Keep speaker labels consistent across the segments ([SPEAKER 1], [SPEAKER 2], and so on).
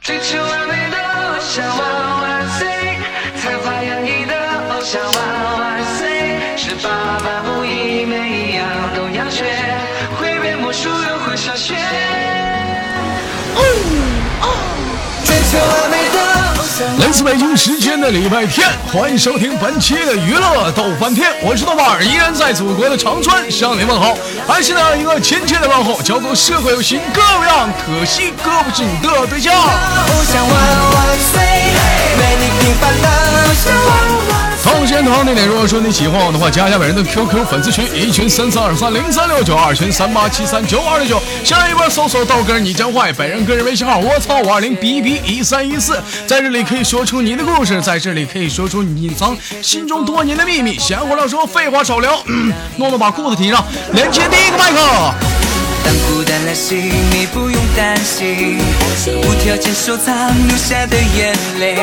[SPEAKER 1] 追求完美的偶像哇哇塞，才华洋溢的哦偶像哇哇塞，是爸爸不易，每一样都要学，会变魔术又会上学。追求完美的偶像。
[SPEAKER 2] 来自北京时间的礼拜天，欢迎收听本期的娱乐逗翻天，我是豆瓣儿，依然在祖国的长春向你问好，还是那一个亲切的问候，叫做社会有型哥有样，可惜哥不是你的对象。
[SPEAKER 1] 偶像万万岁，为你平凡的偶像万万岁。
[SPEAKER 2] 同时间同样地点，如果说你喜欢我的话，加一下本人的 QQ 粉丝群，一群三三二三零三六九，二群三八七三九二六九。新浪微博搜索豆哥儿你将坏，本人个人微信号我操五二零 b b 一三一四，在这里可以说出你的故事，在这里可以说出你隐藏心中多年的秘密。闲话少说，废话少聊，嗯诺诺把裤子提上，连接第一个麦克。
[SPEAKER 1] 当孤单来袭，你不用担心，无条件收藏留下的眼泪，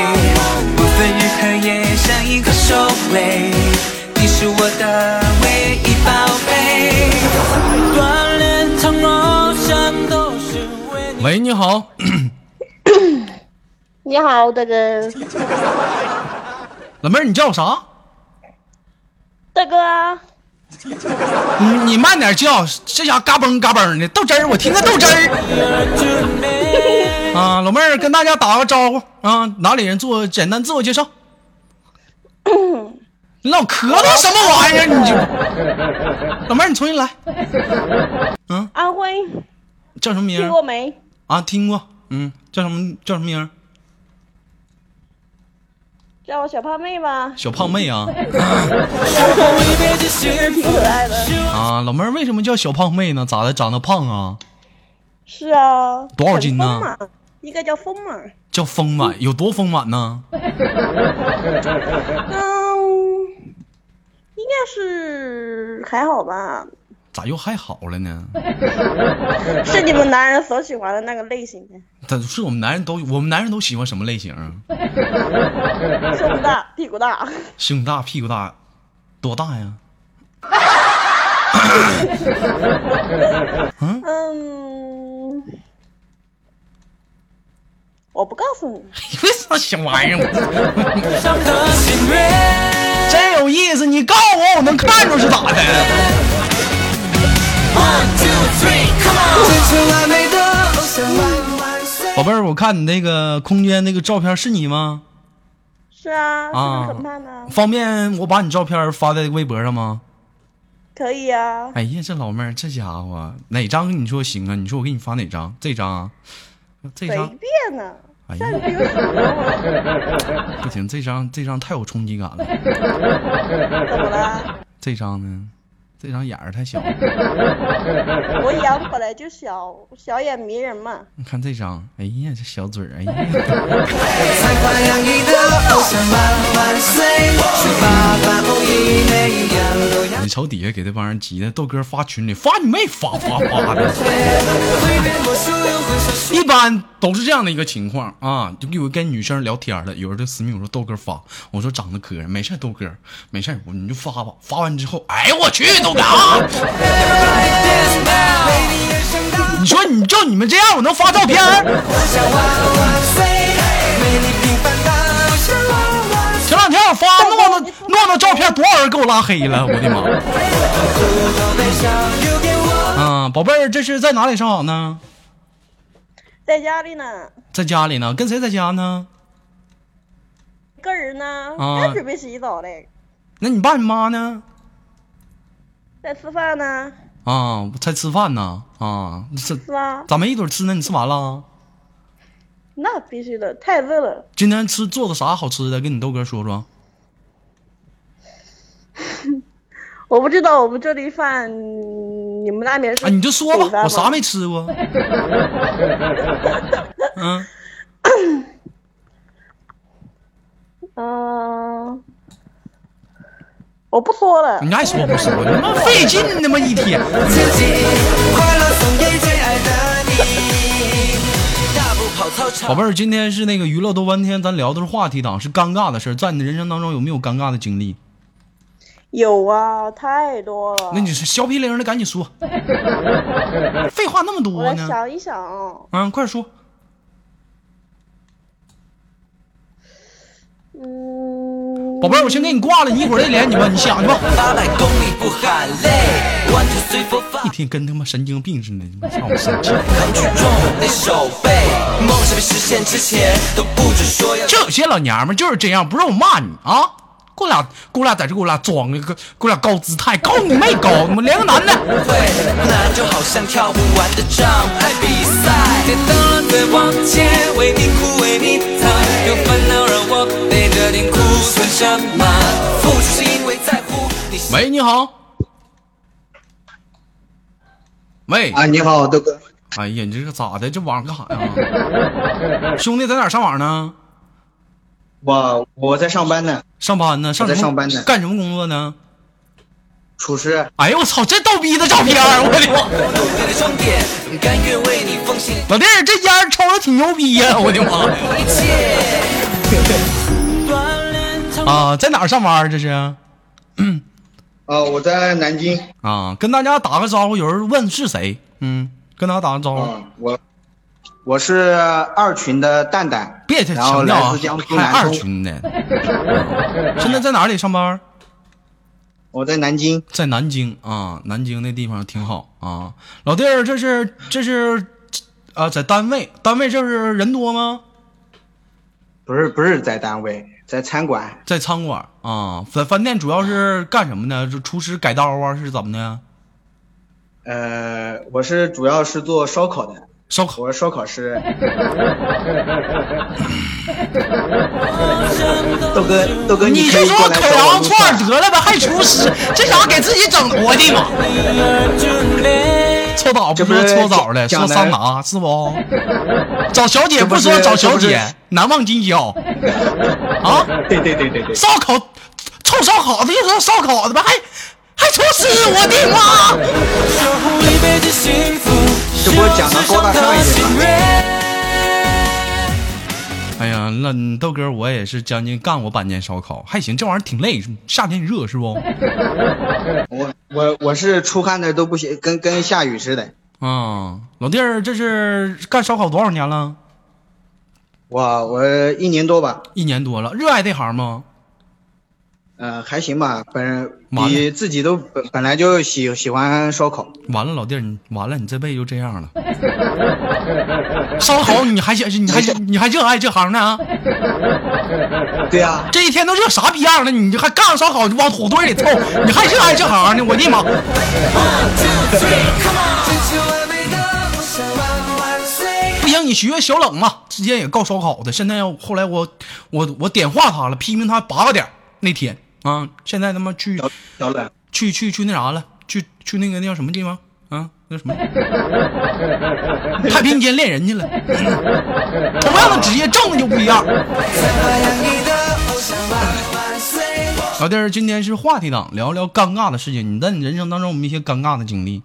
[SPEAKER 1] 不分日和夜，像一个手雷，你是我的唯一宝贝。锻炼成偶像都是为你。
[SPEAKER 2] 喂，你好，
[SPEAKER 3] 你好，大哥，
[SPEAKER 2] 老妹儿，你叫啥？
[SPEAKER 3] 大哥，
[SPEAKER 2] 你你慢点叫，这家嘎嘣嘎嘣的豆汁儿，我听个豆汁儿。啊，老妹儿跟大家打个招呼啊，哪里人做简单自我介绍？你老咳嗽什么玩意儿？ 你就老妹儿，你重新来，
[SPEAKER 3] 安徽
[SPEAKER 2] 嗯叫什么名
[SPEAKER 3] 听
[SPEAKER 2] 儿
[SPEAKER 3] 过没？
[SPEAKER 2] 啊？听过，嗯，叫什么叫什么名儿？
[SPEAKER 3] 叫我小胖妹吧，
[SPEAKER 2] 小胖妹啊
[SPEAKER 3] 挺可爱的。
[SPEAKER 2] 啊！老妹儿为什么叫小胖妹呢？咋的？长得胖啊？
[SPEAKER 3] 是啊，
[SPEAKER 2] 多少斤呢
[SPEAKER 3] 很丰满？应该叫丰满。
[SPEAKER 2] 叫丰满，有多丰满呢？
[SPEAKER 3] 嗯，应该是还好吧，
[SPEAKER 2] 咋又还好了呢？
[SPEAKER 3] 是你们男人所喜欢的那个类型的，
[SPEAKER 2] 但是我们男人都，我们男人都喜欢什么类型啊？嗯
[SPEAKER 3] 胸部大，屁股大，
[SPEAKER 2] 胸大屁股大，多大呀？
[SPEAKER 3] 嗯，我不告诉你，
[SPEAKER 2] 为啥小玩意儿？ 真有意思，你告诉我，我能看出是咋的？宝贝儿，我看你那个空间那个照片是你吗？
[SPEAKER 3] 是啊，
[SPEAKER 2] 啊
[SPEAKER 3] 是不是很胖呢？
[SPEAKER 2] 方便我把你照片发在微博上吗？
[SPEAKER 3] 可以啊，
[SPEAKER 2] 哎呀，这老妹儿，这家伙哪张你说行啊？你说我给你发哪张？这张啊，这
[SPEAKER 3] 随
[SPEAKER 2] 张，
[SPEAKER 3] 便呢，
[SPEAKER 2] 哎
[SPEAKER 3] 这
[SPEAKER 2] 呀，
[SPEAKER 3] 你有什么？
[SPEAKER 2] 不行，这张这张太有冲击感了。
[SPEAKER 3] 怎么了？
[SPEAKER 2] 这张呢？这张眼儿太小了。
[SPEAKER 3] 我眼本来就小，小眼迷人嘛。
[SPEAKER 2] 你看这张，哎呀，这小嘴儿，哎
[SPEAKER 1] 才
[SPEAKER 2] 呀。
[SPEAKER 1] 华洋溢的偶像万万岁，是爸爸无疑，每一样都要
[SPEAKER 2] 你瞅底下给这帮人急的，豆哥发群里发你妹发发发的，
[SPEAKER 1] 会变魔术又会上学。
[SPEAKER 2] 一般都是这样的一个情况啊。就有跟女生聊天了，有人就私密我说豆哥发，我说长得磕碜，没事儿豆哥，没事儿，我你就发吧。发完之后，哎呦我去豆哥，啊！你说你就你们这样，我能发照片儿？前两天我发诺诺诺诺照片，多少人给我拉黑了，我的妈！啊，宝贝儿，这是在哪里上网呢？
[SPEAKER 3] 在家里呢，
[SPEAKER 2] 在家里呢？跟谁在家呢？
[SPEAKER 3] 一个人呢，
[SPEAKER 2] 啊
[SPEAKER 3] 刚准备洗澡嘞，
[SPEAKER 2] 那你爸你妈呢？
[SPEAKER 3] 在吃饭呢，
[SPEAKER 2] 啊，我才吃饭呢，啊，这
[SPEAKER 3] 是吧？
[SPEAKER 2] 咋没一顿吃呢？你吃完了？
[SPEAKER 3] 那必须的，太热了。
[SPEAKER 2] 今天吃做的啥好吃的？跟你豆哥说说。
[SPEAKER 3] 我不知道我们这里饭，嗯你们那边是
[SPEAKER 2] 啊，你就说
[SPEAKER 3] 北方
[SPEAKER 2] 吧，
[SPEAKER 3] 吗
[SPEAKER 2] 我啥没吃过。嗯，
[SPEAKER 3] 嗯，我不说了
[SPEAKER 2] 你。爱说不说，啊你妈费劲他妈一天。宝贝儿，今天是那个娱乐多半天，咱聊的是话题党，是尴尬的事儿。在你的人生当中有没有尴尬的经历？
[SPEAKER 3] 有啊，太多了
[SPEAKER 2] 那。你是削皮灵的，赶紧说。废话那么
[SPEAKER 3] 我
[SPEAKER 2] 多
[SPEAKER 3] 来
[SPEAKER 2] 呢。啊
[SPEAKER 3] 想一想，
[SPEAKER 2] 嗯，快说。
[SPEAKER 3] 嗯，
[SPEAKER 2] 宝贝儿，我先给你挂了，你一会儿再连你吧，你想去吧。
[SPEAKER 1] 八百公里不喊累，One two three four
[SPEAKER 2] 一
[SPEAKER 1] five，
[SPEAKER 2] 天跟他妈神经病似的，操！
[SPEAKER 1] 扛举重得手背，梦想被实现之前都不准说要。
[SPEAKER 2] 这有些老娘们就是这样，不是我骂你啊，给我俩给我俩在这给我俩装个，给我俩高姿态，高你妹高，我们连个男的。
[SPEAKER 1] 会，那就好像跳不完的障碍比赛。跌倒了再往前，为你哭为你擦，有烦恼让我背着点哭算什么？付出是因为在乎你。
[SPEAKER 2] 喂，你好。喂，
[SPEAKER 4] 啊，你好，豆哥。
[SPEAKER 2] 哎呀，你这个咋的？这网干啥呀？兄弟在哪儿上网呢？
[SPEAKER 4] 我我在上班呢，
[SPEAKER 2] 上班呢？上什么
[SPEAKER 4] 我在上班呢
[SPEAKER 2] 干什么工作呢？
[SPEAKER 4] 厨师。
[SPEAKER 2] 哎呦我操，这逗逼的照片儿，我的妈！
[SPEAKER 1] 你的终点，甘愿为你奉献
[SPEAKER 2] 老弟儿，这烟儿抽的挺牛逼呀、我的妈呀！
[SPEAKER 1] 一切。锻炼成
[SPEAKER 2] 啊，在哪儿上班？这是啊，
[SPEAKER 4] 啊，我在南京。
[SPEAKER 2] 跟大家打个招呼，有人问是谁？嗯，跟大家打个招呼。
[SPEAKER 4] 啊，我我是二群的蛋蛋。
[SPEAKER 2] 别
[SPEAKER 4] 然
[SPEAKER 2] 强
[SPEAKER 4] 后
[SPEAKER 2] 调
[SPEAKER 4] 来
[SPEAKER 2] 啊
[SPEAKER 4] 自江，苏
[SPEAKER 2] 还
[SPEAKER 4] 南
[SPEAKER 2] 二
[SPEAKER 4] 充。
[SPEAKER 2] 群的。现在在哪里上班？
[SPEAKER 4] 我在南京。
[SPEAKER 2] 在南京啊，南京那地方挺好啊。老弟儿，这是这是啊，在单位，单位这是人多吗？
[SPEAKER 4] 不是不是在单位，在餐馆。
[SPEAKER 2] 在餐馆啊，饭饭店主要是干什么呢？就厨师改刀啊，是怎么的？
[SPEAKER 4] 呃，我是主要是做烧烤的，
[SPEAKER 2] 烧烤
[SPEAKER 4] 我是烧 烤师。豆哥，豆哥，
[SPEAKER 2] 你
[SPEAKER 4] 可
[SPEAKER 2] 就
[SPEAKER 4] 以
[SPEAKER 2] 说
[SPEAKER 4] 过来
[SPEAKER 2] 烤
[SPEAKER 4] 找我
[SPEAKER 2] 羊
[SPEAKER 4] 录
[SPEAKER 2] 串儿
[SPEAKER 4] 饭。
[SPEAKER 2] 得了呗，还厨师，这家伙给自己整的，我的妈！搓澡不说搓澡了，说桑拿是 不？找小姐不说找小姐，难忘今宵啊！
[SPEAKER 4] 对对对对对，
[SPEAKER 2] 烧烤，臭烧烤的就说烧烤的吧，还还厨师，我的妈！
[SPEAKER 1] 守护一辈子幸福，
[SPEAKER 4] 这不讲的高大上一点吗
[SPEAKER 2] 哎呀，那你豆哥我也是将近干过半年烧烤，还行，这玩意儿挺累，夏天热是不？
[SPEAKER 4] 我我我是出汗的都不行，跟跟下雨似的。
[SPEAKER 2] 啊，老弟儿，这是干烧烤多少年了？
[SPEAKER 4] 我我一年多吧，
[SPEAKER 2] 一年多了，热爱这行吗？
[SPEAKER 4] 呃，还行吧，本
[SPEAKER 2] 完了
[SPEAKER 4] 你自己都本本来就喜喜欢烧烤，
[SPEAKER 2] 完了，老弟儿，你完了，你这辈子就这样了。烧烤你还想，你还你还热爱这行呢？
[SPEAKER 4] 对啊，
[SPEAKER 2] 这一天都热啥逼样了？你就还干烧烤就往火堆里凑，你还热爱这行呢？我的妈！
[SPEAKER 1] 追求完美的梦想，万万岁！
[SPEAKER 2] 不行，你学学小冷嘛，之前也告烧烤的，现在后来我我我点化他了，批评他八个点儿那天啊，现在他妈去
[SPEAKER 4] 小小冷，
[SPEAKER 2] 去去去那啥了，去去那个那叫什么地方啊？那什么太平间练人去了。同样的职业挣的就不一样。
[SPEAKER 1] 发扬你的梦想，万万岁！
[SPEAKER 2] 老弟儿，今天是话题党，聊聊尴尬的事情。你在你人生当中有没有一些尴尬的经历？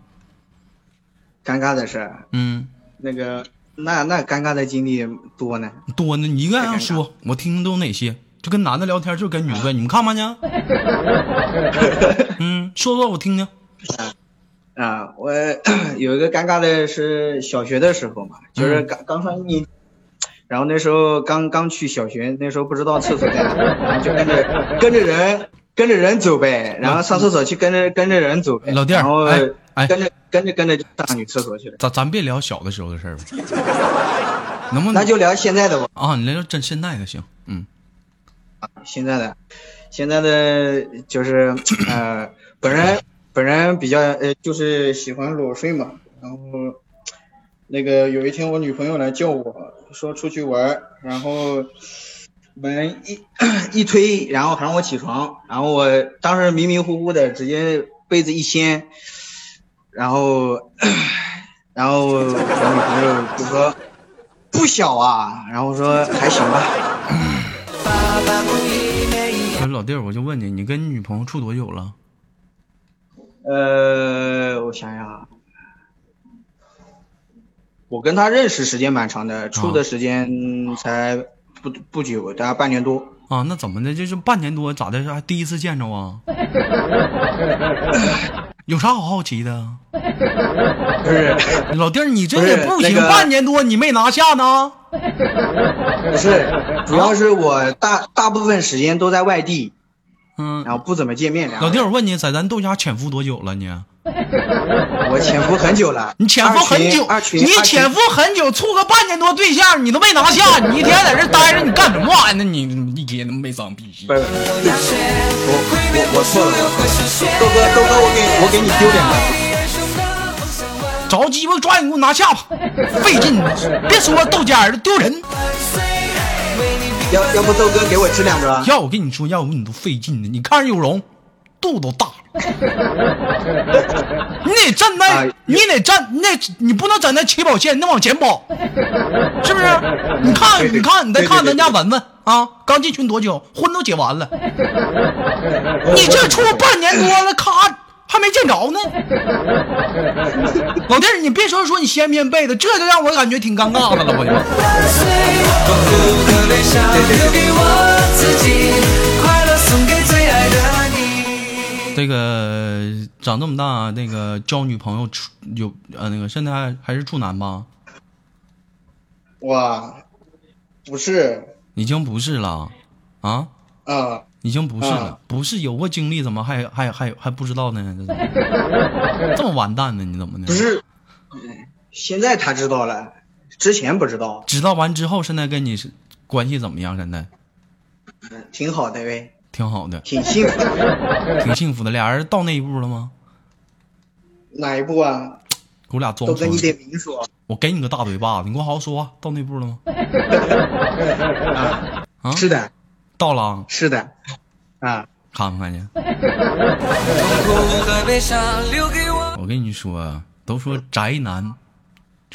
[SPEAKER 4] 尴尬的事儿，
[SPEAKER 2] 嗯，
[SPEAKER 4] 那个那那尴尬的经历多呢，
[SPEAKER 2] 多呢，你一个一
[SPEAKER 4] 太尴
[SPEAKER 2] 个
[SPEAKER 4] 尬
[SPEAKER 2] 说，我听听都有哪些。就跟男的聊天，就跟女的，你们看吧呢。嗯，说说我听听。
[SPEAKER 4] 啊，我有一个尴尬的是小学的时候嘛，
[SPEAKER 2] 嗯
[SPEAKER 4] 就是刚刚上一年级，然后那时候刚刚去小学，那时候不知道厕所在哪，然后就跟着跟着人跟着人走呗，然后上厕所去跟着跟着人走呗，
[SPEAKER 2] 老弟儿
[SPEAKER 4] 然后
[SPEAKER 2] 哎哎
[SPEAKER 4] 跟着跟着跟着就上女厕所去了，
[SPEAKER 2] 咱咱别聊小的时候的事儿吧， 能不能
[SPEAKER 4] 那就聊现在的吧，
[SPEAKER 2] 啊？你聊聊真现在的行，嗯，
[SPEAKER 4] 现在的现在的就是呃，本人本人比较呃就是喜欢裸睡嘛，然后那个有一天我女朋友来叫我说出去玩儿，然后门一 一推，然后喊我起床，然后我当时迷迷糊糊的，直接被子一掀，然后然后我女朋友就说不小啊，然后我说还行吧，
[SPEAKER 1] 八百公里每一
[SPEAKER 2] 不是老弟儿，我就问你，你跟女朋友处多久了？
[SPEAKER 4] 呃，我想想啊，我跟他认识时间蛮长的，处
[SPEAKER 2] 啊
[SPEAKER 4] 的时间才不不久，大概半年多。
[SPEAKER 2] 啊，那怎么的？这是半年多，咋的？还第一次见着啊？ 有啥好好奇的？
[SPEAKER 4] 不是
[SPEAKER 2] 老弟儿，你这
[SPEAKER 4] 不
[SPEAKER 2] 也
[SPEAKER 4] 是
[SPEAKER 2] 不
[SPEAKER 4] 那
[SPEAKER 2] 行，
[SPEAKER 4] 个
[SPEAKER 2] 半年多你没拿下呢。
[SPEAKER 4] 不 是，主要是我大大部分时间都在外地，
[SPEAKER 2] 嗯，
[SPEAKER 4] 然后不怎么见面。然后
[SPEAKER 2] 老弟儿，我问你，在咱豆家潜伏多久了你？
[SPEAKER 4] 我潜伏很久了，
[SPEAKER 2] 你潜伏很久
[SPEAKER 4] 二，群，
[SPEAKER 2] 你潜伏很久，处个半年多对象，你都没拿下，你一天在这待着，你干什么玩意儿呢？你你一天都没长逼。
[SPEAKER 4] 不是我我错了，豆哥豆哥，我给我给你丢脸了。
[SPEAKER 2] 着鸡巴抓紧给我拿下吧，费劲，别说豆家儿丢人。
[SPEAKER 4] 要要不豆哥给我吃两个？啊
[SPEAKER 2] 要我跟你说，要不你都费劲呢。你看人有容，肚都大了你得站在，
[SPEAKER 4] 啊
[SPEAKER 2] 你得站，你得你不能站在起跑线，你得往前跑，是不是？你看，你看，你再看咱家文文啊，刚进群多久，婚都结完了，你这处半年多了，咔。还没见着呢，老弟儿，你别说说你掀棉被子，这就让我感觉挺尴尬的了，我就。这个长这么大，那个交女朋友处有呃那个现在还还是处男吧？
[SPEAKER 4] 哇，不是
[SPEAKER 2] 已经不是了啊，
[SPEAKER 4] 啊，
[SPEAKER 2] 已经不是了，
[SPEAKER 4] 啊
[SPEAKER 2] 不是有过经历，怎么还还还还不知道 呢？这怎么这么完蛋呢？你怎么呢？
[SPEAKER 4] 不是，嗯现在他知道了，之前不知道，
[SPEAKER 2] 知道完之后，现在跟你是关系怎么样？现在
[SPEAKER 4] 嗯挺好的呗，
[SPEAKER 2] 挺好的，
[SPEAKER 4] 挺幸福 的。
[SPEAKER 2] 挺幸福的。俩人到那一步了吗？
[SPEAKER 4] 哪一步啊？
[SPEAKER 2] 给我俩装
[SPEAKER 4] 豆哥，
[SPEAKER 2] 出
[SPEAKER 4] 你
[SPEAKER 2] 来！
[SPEAKER 4] 得明说。
[SPEAKER 2] 我给你个大嘴巴子，你给我好好说话。到那步了 吗？啊
[SPEAKER 4] 是的，
[SPEAKER 2] 到了啊，
[SPEAKER 4] 是的，啊，
[SPEAKER 2] 看看去。 我跟你说啊，都说宅男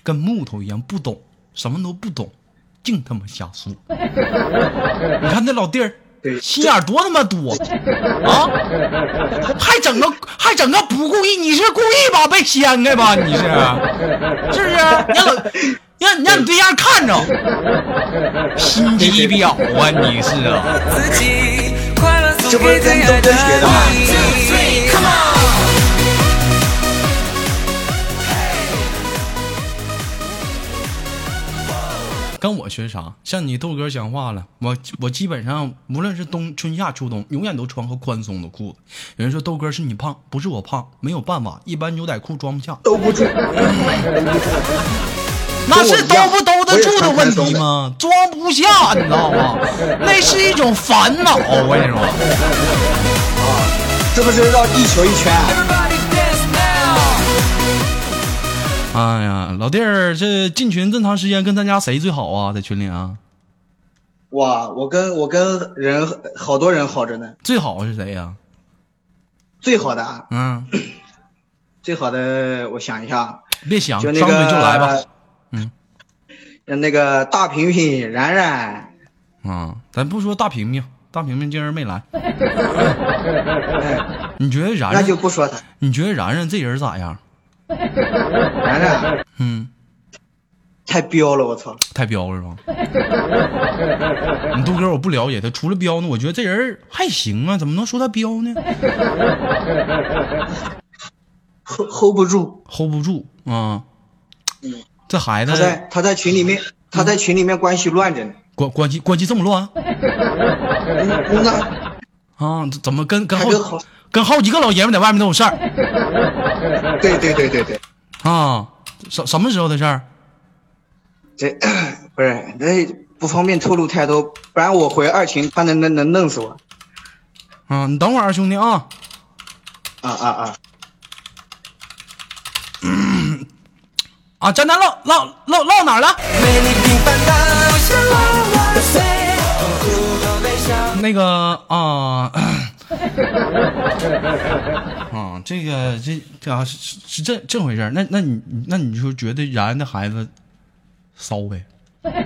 [SPEAKER 2] 跟木头一样，不懂，什么都不懂，净他妈瞎说。你看那老弟儿
[SPEAKER 4] 对，
[SPEAKER 2] 心眼儿多他妈多啊！还整个还整个不故意，你是故意吧？被掀开吧？你是啊是不是？让老让让你对象看着，心机婊啊！你是啊？
[SPEAKER 1] 这不是跟东哥学的吗？
[SPEAKER 2] 跟我学啥？像你豆哥讲话了，我我基本上无论是冬春夏秋冬，永远都穿个宽松的裤子。有人说豆哥是你胖，不是我胖，没有办法，一般牛仔裤装不下，
[SPEAKER 4] 兜不住。
[SPEAKER 2] 那是兜不兜得住的问
[SPEAKER 4] 我也
[SPEAKER 2] 题
[SPEAKER 4] 穿宽松
[SPEAKER 2] 吗？装不下，你知道吗？ 那是一种烦恼，我跟你说。
[SPEAKER 4] 这不 是绕地球一圈啊？
[SPEAKER 2] 哎呀，老弟儿，这进群这么长时间，跟咱家谁最好啊？在群里啊，
[SPEAKER 4] 哇，我跟我跟人好多人好着呢，
[SPEAKER 2] 最好是谁呀、
[SPEAKER 4] 最好的啊，
[SPEAKER 2] 嗯，
[SPEAKER 4] 最好的，我想一下啊，
[SPEAKER 2] 别想，
[SPEAKER 4] 就那
[SPEAKER 2] 张
[SPEAKER 4] 个
[SPEAKER 2] 嘴就来吧。，嗯，
[SPEAKER 4] 那个大平平、然然，
[SPEAKER 2] 啊，咱不说大平平，大平平今儿没 来。
[SPEAKER 4] 哎，
[SPEAKER 2] 你觉得然
[SPEAKER 4] 那
[SPEAKER 2] 然
[SPEAKER 4] 就不说他，
[SPEAKER 2] 你觉得然然这人咋样？
[SPEAKER 4] 然然
[SPEAKER 2] 嗯，
[SPEAKER 4] 太彪了，我操，
[SPEAKER 2] 太彪了吧？你杜哥我不了解他，除了彪呢，我觉得这人还行啊，怎么能说他彪呢
[SPEAKER 4] ，hold hold 不住，
[SPEAKER 2] ？hold 不住啊！
[SPEAKER 4] 嗯
[SPEAKER 2] 这孩
[SPEAKER 4] 他
[SPEAKER 2] 子
[SPEAKER 4] 在他在群里面，他在群里面关系乱着呢，
[SPEAKER 2] 关关系关系这么乱
[SPEAKER 4] 嗯那
[SPEAKER 2] 啊？怎么跟跟
[SPEAKER 4] 他跟好
[SPEAKER 2] 好，跟好几个老爷们在外面都有事儿
[SPEAKER 4] 对对对对对，
[SPEAKER 2] 啊？什什么时候的事儿？
[SPEAKER 4] 这不是那不方便透露太多，不然我回二群，他能能能弄死我，
[SPEAKER 2] 啊，你等会儿啊，兄弟啊！
[SPEAKER 4] 啊啊啊，
[SPEAKER 2] 啊，咱咱唠唠唠唠哪儿了？那个啊。啊，这个这这啊是是是这这回事儿，那那你那你就觉得然的孩子骚呗？
[SPEAKER 4] 不不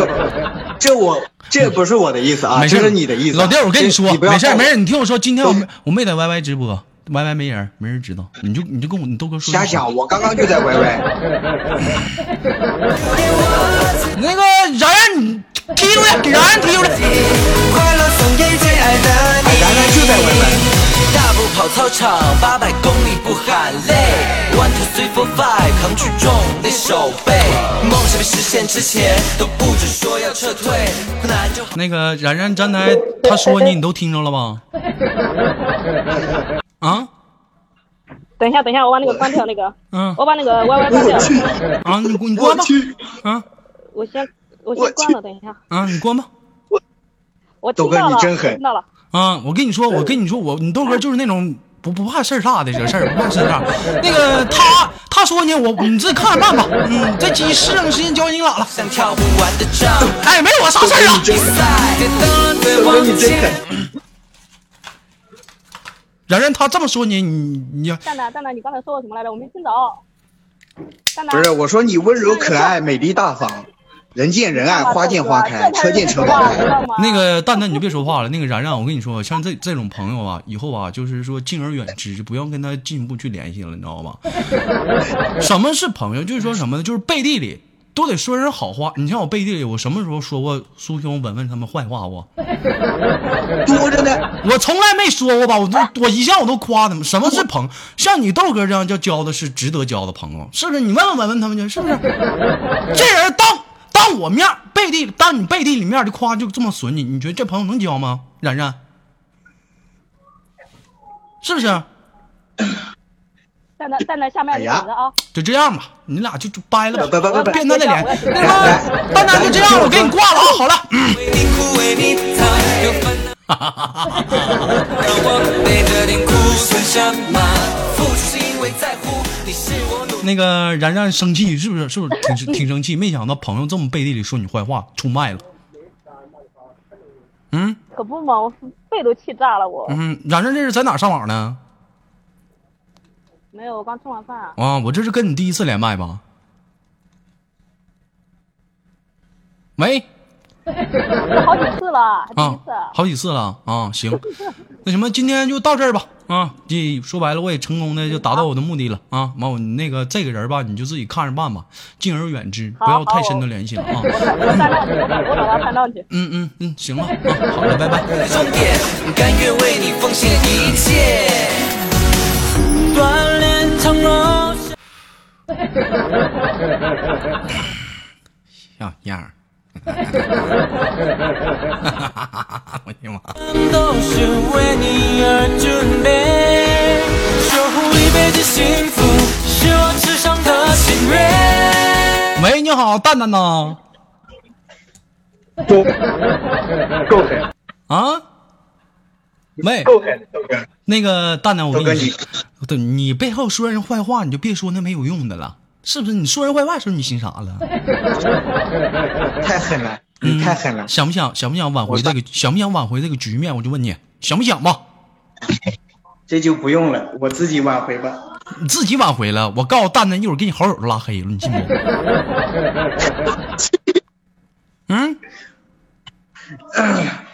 [SPEAKER 4] 不，这我这不是我的意思啊，
[SPEAKER 2] 没事
[SPEAKER 4] 这
[SPEAKER 2] 儿，
[SPEAKER 4] 是你的意思啊、
[SPEAKER 2] 老弟儿，我跟你
[SPEAKER 4] 这
[SPEAKER 2] 说，
[SPEAKER 4] 你不要
[SPEAKER 2] 没事儿
[SPEAKER 4] 怪我
[SPEAKER 2] 没事儿，你听我说，今天我
[SPEAKER 4] 都
[SPEAKER 2] 没我没在 YY 直播，YY 没人，没人知道，你就你就跟我你豆哥说
[SPEAKER 4] 瞎想，我刚刚就在 YY，
[SPEAKER 2] 那个然然你踢出来，给然然踢出来。
[SPEAKER 1] 快乐送给最爱的你。
[SPEAKER 4] 哎，然然就在 YY。
[SPEAKER 1] 大步跑操场，八百 four five，扛举重，你手背，梦想被实现之前都不准说要撤退，困难就
[SPEAKER 2] 那个然然刚才他说你，你都听着了吧？ 啊
[SPEAKER 5] 等一下，等一下，我把那个关掉，那个，
[SPEAKER 2] 嗯
[SPEAKER 5] 我把那个 YY 关掉，
[SPEAKER 2] 啊，你你
[SPEAKER 4] 我
[SPEAKER 2] 关吧，
[SPEAKER 4] 去，
[SPEAKER 2] 啊
[SPEAKER 5] 我先我
[SPEAKER 4] 我
[SPEAKER 5] 先
[SPEAKER 4] 去
[SPEAKER 5] 关了，等一下，
[SPEAKER 2] 啊，你关吧。
[SPEAKER 5] 我
[SPEAKER 4] 豆哥
[SPEAKER 5] 听到
[SPEAKER 4] 你
[SPEAKER 5] 了，
[SPEAKER 4] 真
[SPEAKER 5] 我
[SPEAKER 4] 狠
[SPEAKER 5] 听到了，
[SPEAKER 2] 啊，我跟你说，我跟你说，我你豆哥就是那种不不怕事儿大的惹事儿，不怕事儿大。那个他他说呢，我你自己看着办吧。嗯，这鸡市场时间交给你俩了。
[SPEAKER 1] 像跳不完的仗。
[SPEAKER 2] 哎，没我啥事儿啊。
[SPEAKER 1] 比赛，别当然别
[SPEAKER 4] 豆哥
[SPEAKER 1] 往
[SPEAKER 4] 你真
[SPEAKER 1] 前。
[SPEAKER 4] 狠，
[SPEAKER 2] 然然他这么说呢，你你要
[SPEAKER 5] 蛋蛋蛋蛋，你刚才说我什么来着？我没听着，蛋蛋
[SPEAKER 4] 不是我说你温柔可爱，美丽大方，人见人爱，花见花开，
[SPEAKER 5] 这才
[SPEAKER 4] 车
[SPEAKER 5] 是
[SPEAKER 4] 见车
[SPEAKER 5] 实话
[SPEAKER 4] 爆
[SPEAKER 5] 知
[SPEAKER 4] 开。
[SPEAKER 5] 道吗
[SPEAKER 2] 那个蛋蛋你就别说话了。那个然然，我跟你说，像这这种朋友啊，以后啊，就是说敬而远之，就不要跟他进一步去联系了，你知道吧？ 什么是朋友？就是说什么呢？就是背地里都得说人好话。你像我背地里，我什么时候说过苏兄、文文他们坏话不？
[SPEAKER 4] 多着呢，
[SPEAKER 2] 我从来没说过吧，我都我一向我都夸他们。什么是朋？像你豆哥这样叫交的是值得交的朋友，是不是？你问问文文他们去，是不是？这人当当我面儿背地当你背地里面儿就夸就这么损你，你觉得这朋友能交吗？然然，是不是？
[SPEAKER 5] 蛋蛋蛋蛋，下
[SPEAKER 4] 哎
[SPEAKER 5] 面你等着啊，
[SPEAKER 2] 就这样吧，你俩就就掰了吧，
[SPEAKER 4] 拜拜拜拜
[SPEAKER 2] 变态的脸
[SPEAKER 5] 我要，
[SPEAKER 2] 那什么，蛋蛋就这样，我给你挂了啊，好了。
[SPEAKER 1] 为你 哭，为你操，有烦恼。让我背着点哭算什么？付出是因为在乎，你是我努力。
[SPEAKER 2] 那个然然生气是不是？是不是挺挺生气？没想到朋友这么背地里说你坏话，出卖了。嗯
[SPEAKER 5] 可不嘛，我肺都气炸了，我
[SPEAKER 2] 嗯，然然这是在哪上网呢？
[SPEAKER 5] 没有，我刚吃完饭啊，
[SPEAKER 2] 啊，我这是跟你第一次连麦吧？喂
[SPEAKER 5] 好几次了，还第一
[SPEAKER 2] 啊
[SPEAKER 5] 次，，
[SPEAKER 2] 好几次了啊，行，那什么，今天就到这儿吧啊。这说白了，我也成功的就达到我的目的了啊。完，我那个这个人吧，你就自己看着办吧，敬而远之，不要
[SPEAKER 5] 好好
[SPEAKER 2] 太深的
[SPEAKER 5] 我
[SPEAKER 2] 联系了啊。
[SPEAKER 5] 我看我看上去，我看我找他看上去，
[SPEAKER 2] 嗯嗯嗯，行了啊，好了，拜拜。
[SPEAKER 1] 终点，甘愿为你奉献一切。锻炼从容。
[SPEAKER 2] 小样儿。我的妈！
[SPEAKER 1] 都是为你而准备，守护一辈子幸福是我至上的心愿。
[SPEAKER 2] 喂，你好，蛋蛋呐？
[SPEAKER 4] 够够狠，
[SPEAKER 2] 啊？喂，
[SPEAKER 4] 够狠，豆哥，
[SPEAKER 2] 那个蛋蛋，我
[SPEAKER 4] 豆
[SPEAKER 2] 跟
[SPEAKER 4] 哥
[SPEAKER 2] 你
[SPEAKER 4] 你
[SPEAKER 2] 说，对你背后说人坏话，你就别说那没有用的了，是不是？你说人坏话的时候，你寻啥了？
[SPEAKER 4] 太狠了，你太狠了，
[SPEAKER 2] 想不想想不想挽回这个？想不想挽回这个局面？我就问你，想不想吧？
[SPEAKER 4] 这就不用了，我自己挽回吧。
[SPEAKER 2] 你自己挽回了，我告诉蛋蛋，一会儿给你好友都拉黑了，你信不？嗯，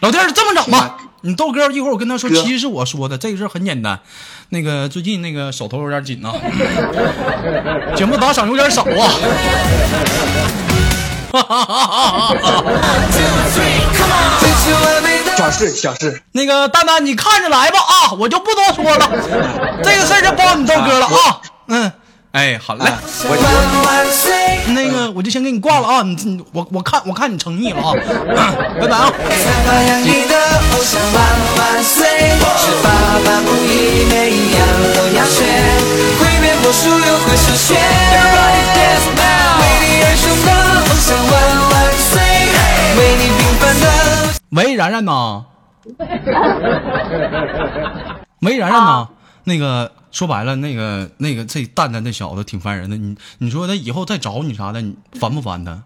[SPEAKER 2] 老弟儿，这么整吧，你豆哥一会儿我跟他说，
[SPEAKER 4] 哥
[SPEAKER 2] 其实是我说的，这个事儿很简单。那个最近那个手头有点紧呐、 节目打赏有点少啊。
[SPEAKER 1] Did you ever know
[SPEAKER 4] 小事小事，
[SPEAKER 2] 那个蛋蛋，你看着来吧啊，我就不多说了，这个事儿就包你豆哥了啊。嗯，哎，好嘞。
[SPEAKER 4] 啊
[SPEAKER 1] 万万岁？
[SPEAKER 2] 那个，我就先给你挂了啊！你你我我看我看你诚意了啊， 拜拜啊！
[SPEAKER 1] 发扬你的偶像，万万岁！是爸爸不易，每一样都要学，会变魔术又会数学。Everybody dance now！为你而生的偶像，万万岁！为你平凡的。
[SPEAKER 2] 喂，然然呐，喂，然然呐，那个说白了，那个那个这蛋蛋这小子挺烦人的，你你说他以后再找你啥的，你烦不烦他？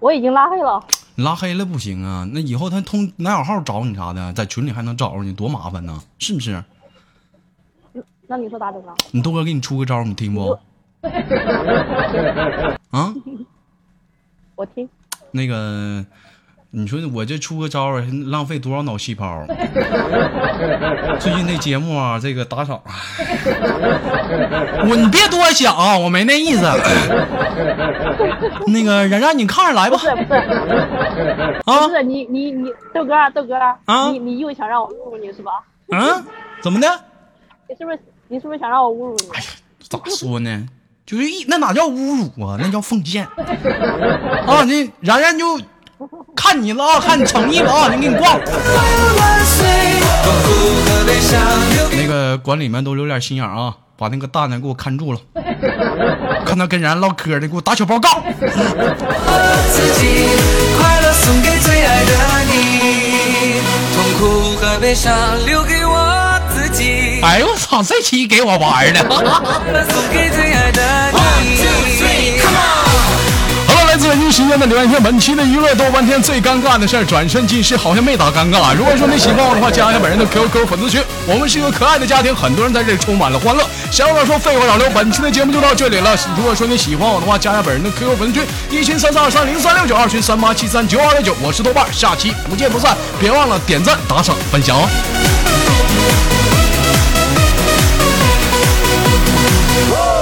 [SPEAKER 5] 我已经拉黑了，
[SPEAKER 2] 你拉黑了不行啊，那以后他通男友号找你啥的，在群里还能找着你，多麻烦呢，是不是？
[SPEAKER 5] 那你说咋整啊？
[SPEAKER 2] 你豆哥给你出个招儿，你听不？啊？
[SPEAKER 5] 我听，
[SPEAKER 2] 那个，你说我这出个招儿，浪费多少脑细胞？最近这节目啊，这个打赏，我你别多想啊，我没那意思。那个然然，你看着来吧
[SPEAKER 5] 不是不是
[SPEAKER 2] 啊
[SPEAKER 5] 不是，你你你豆哥啊豆哥啊
[SPEAKER 2] 啊
[SPEAKER 5] 你你又想让我侮辱你是吧？
[SPEAKER 2] 嗯，怎么的？
[SPEAKER 5] 你是不是你是不是想让我侮辱你？咋说呢？就是一那哪叫侮辱啊，那叫奉献啊！那然然就看你了啊，看你诚意了啊，你给你挂了。
[SPEAKER 1] 万岁！把苦和悲伤留给
[SPEAKER 5] 那个管理们都留点心眼儿啊，把那个蛋蛋给我看住了，看他跟然唠嗑的，给我打小报告。
[SPEAKER 1] 我自己，快乐送给最爱的你，痛苦和悲伤留给我自己。
[SPEAKER 5] 哎呦我操，这期给我玩儿的。
[SPEAKER 1] 送给最爱的你。
[SPEAKER 2] 好了，来自北京时间的留言天，本期的娱乐豆瓣天最尴尬的事儿，转瞬即逝，好像没打尴尬。如果说你喜欢我的话，加一下本人的 QQ 粉丝群，我们是一个可爱的家庭，很多人在这里充满了欢乐。小老说废话少聊，本期的节目就到这里了。如果说你喜欢我的话，加一下本人的 QQ 粉丝群，一群三三二三零三六九，二群三八七三九二六九，我是豆瓣儿，下期不见不散。别忘了点赞、打赏、分享哦。
[SPEAKER 1] 我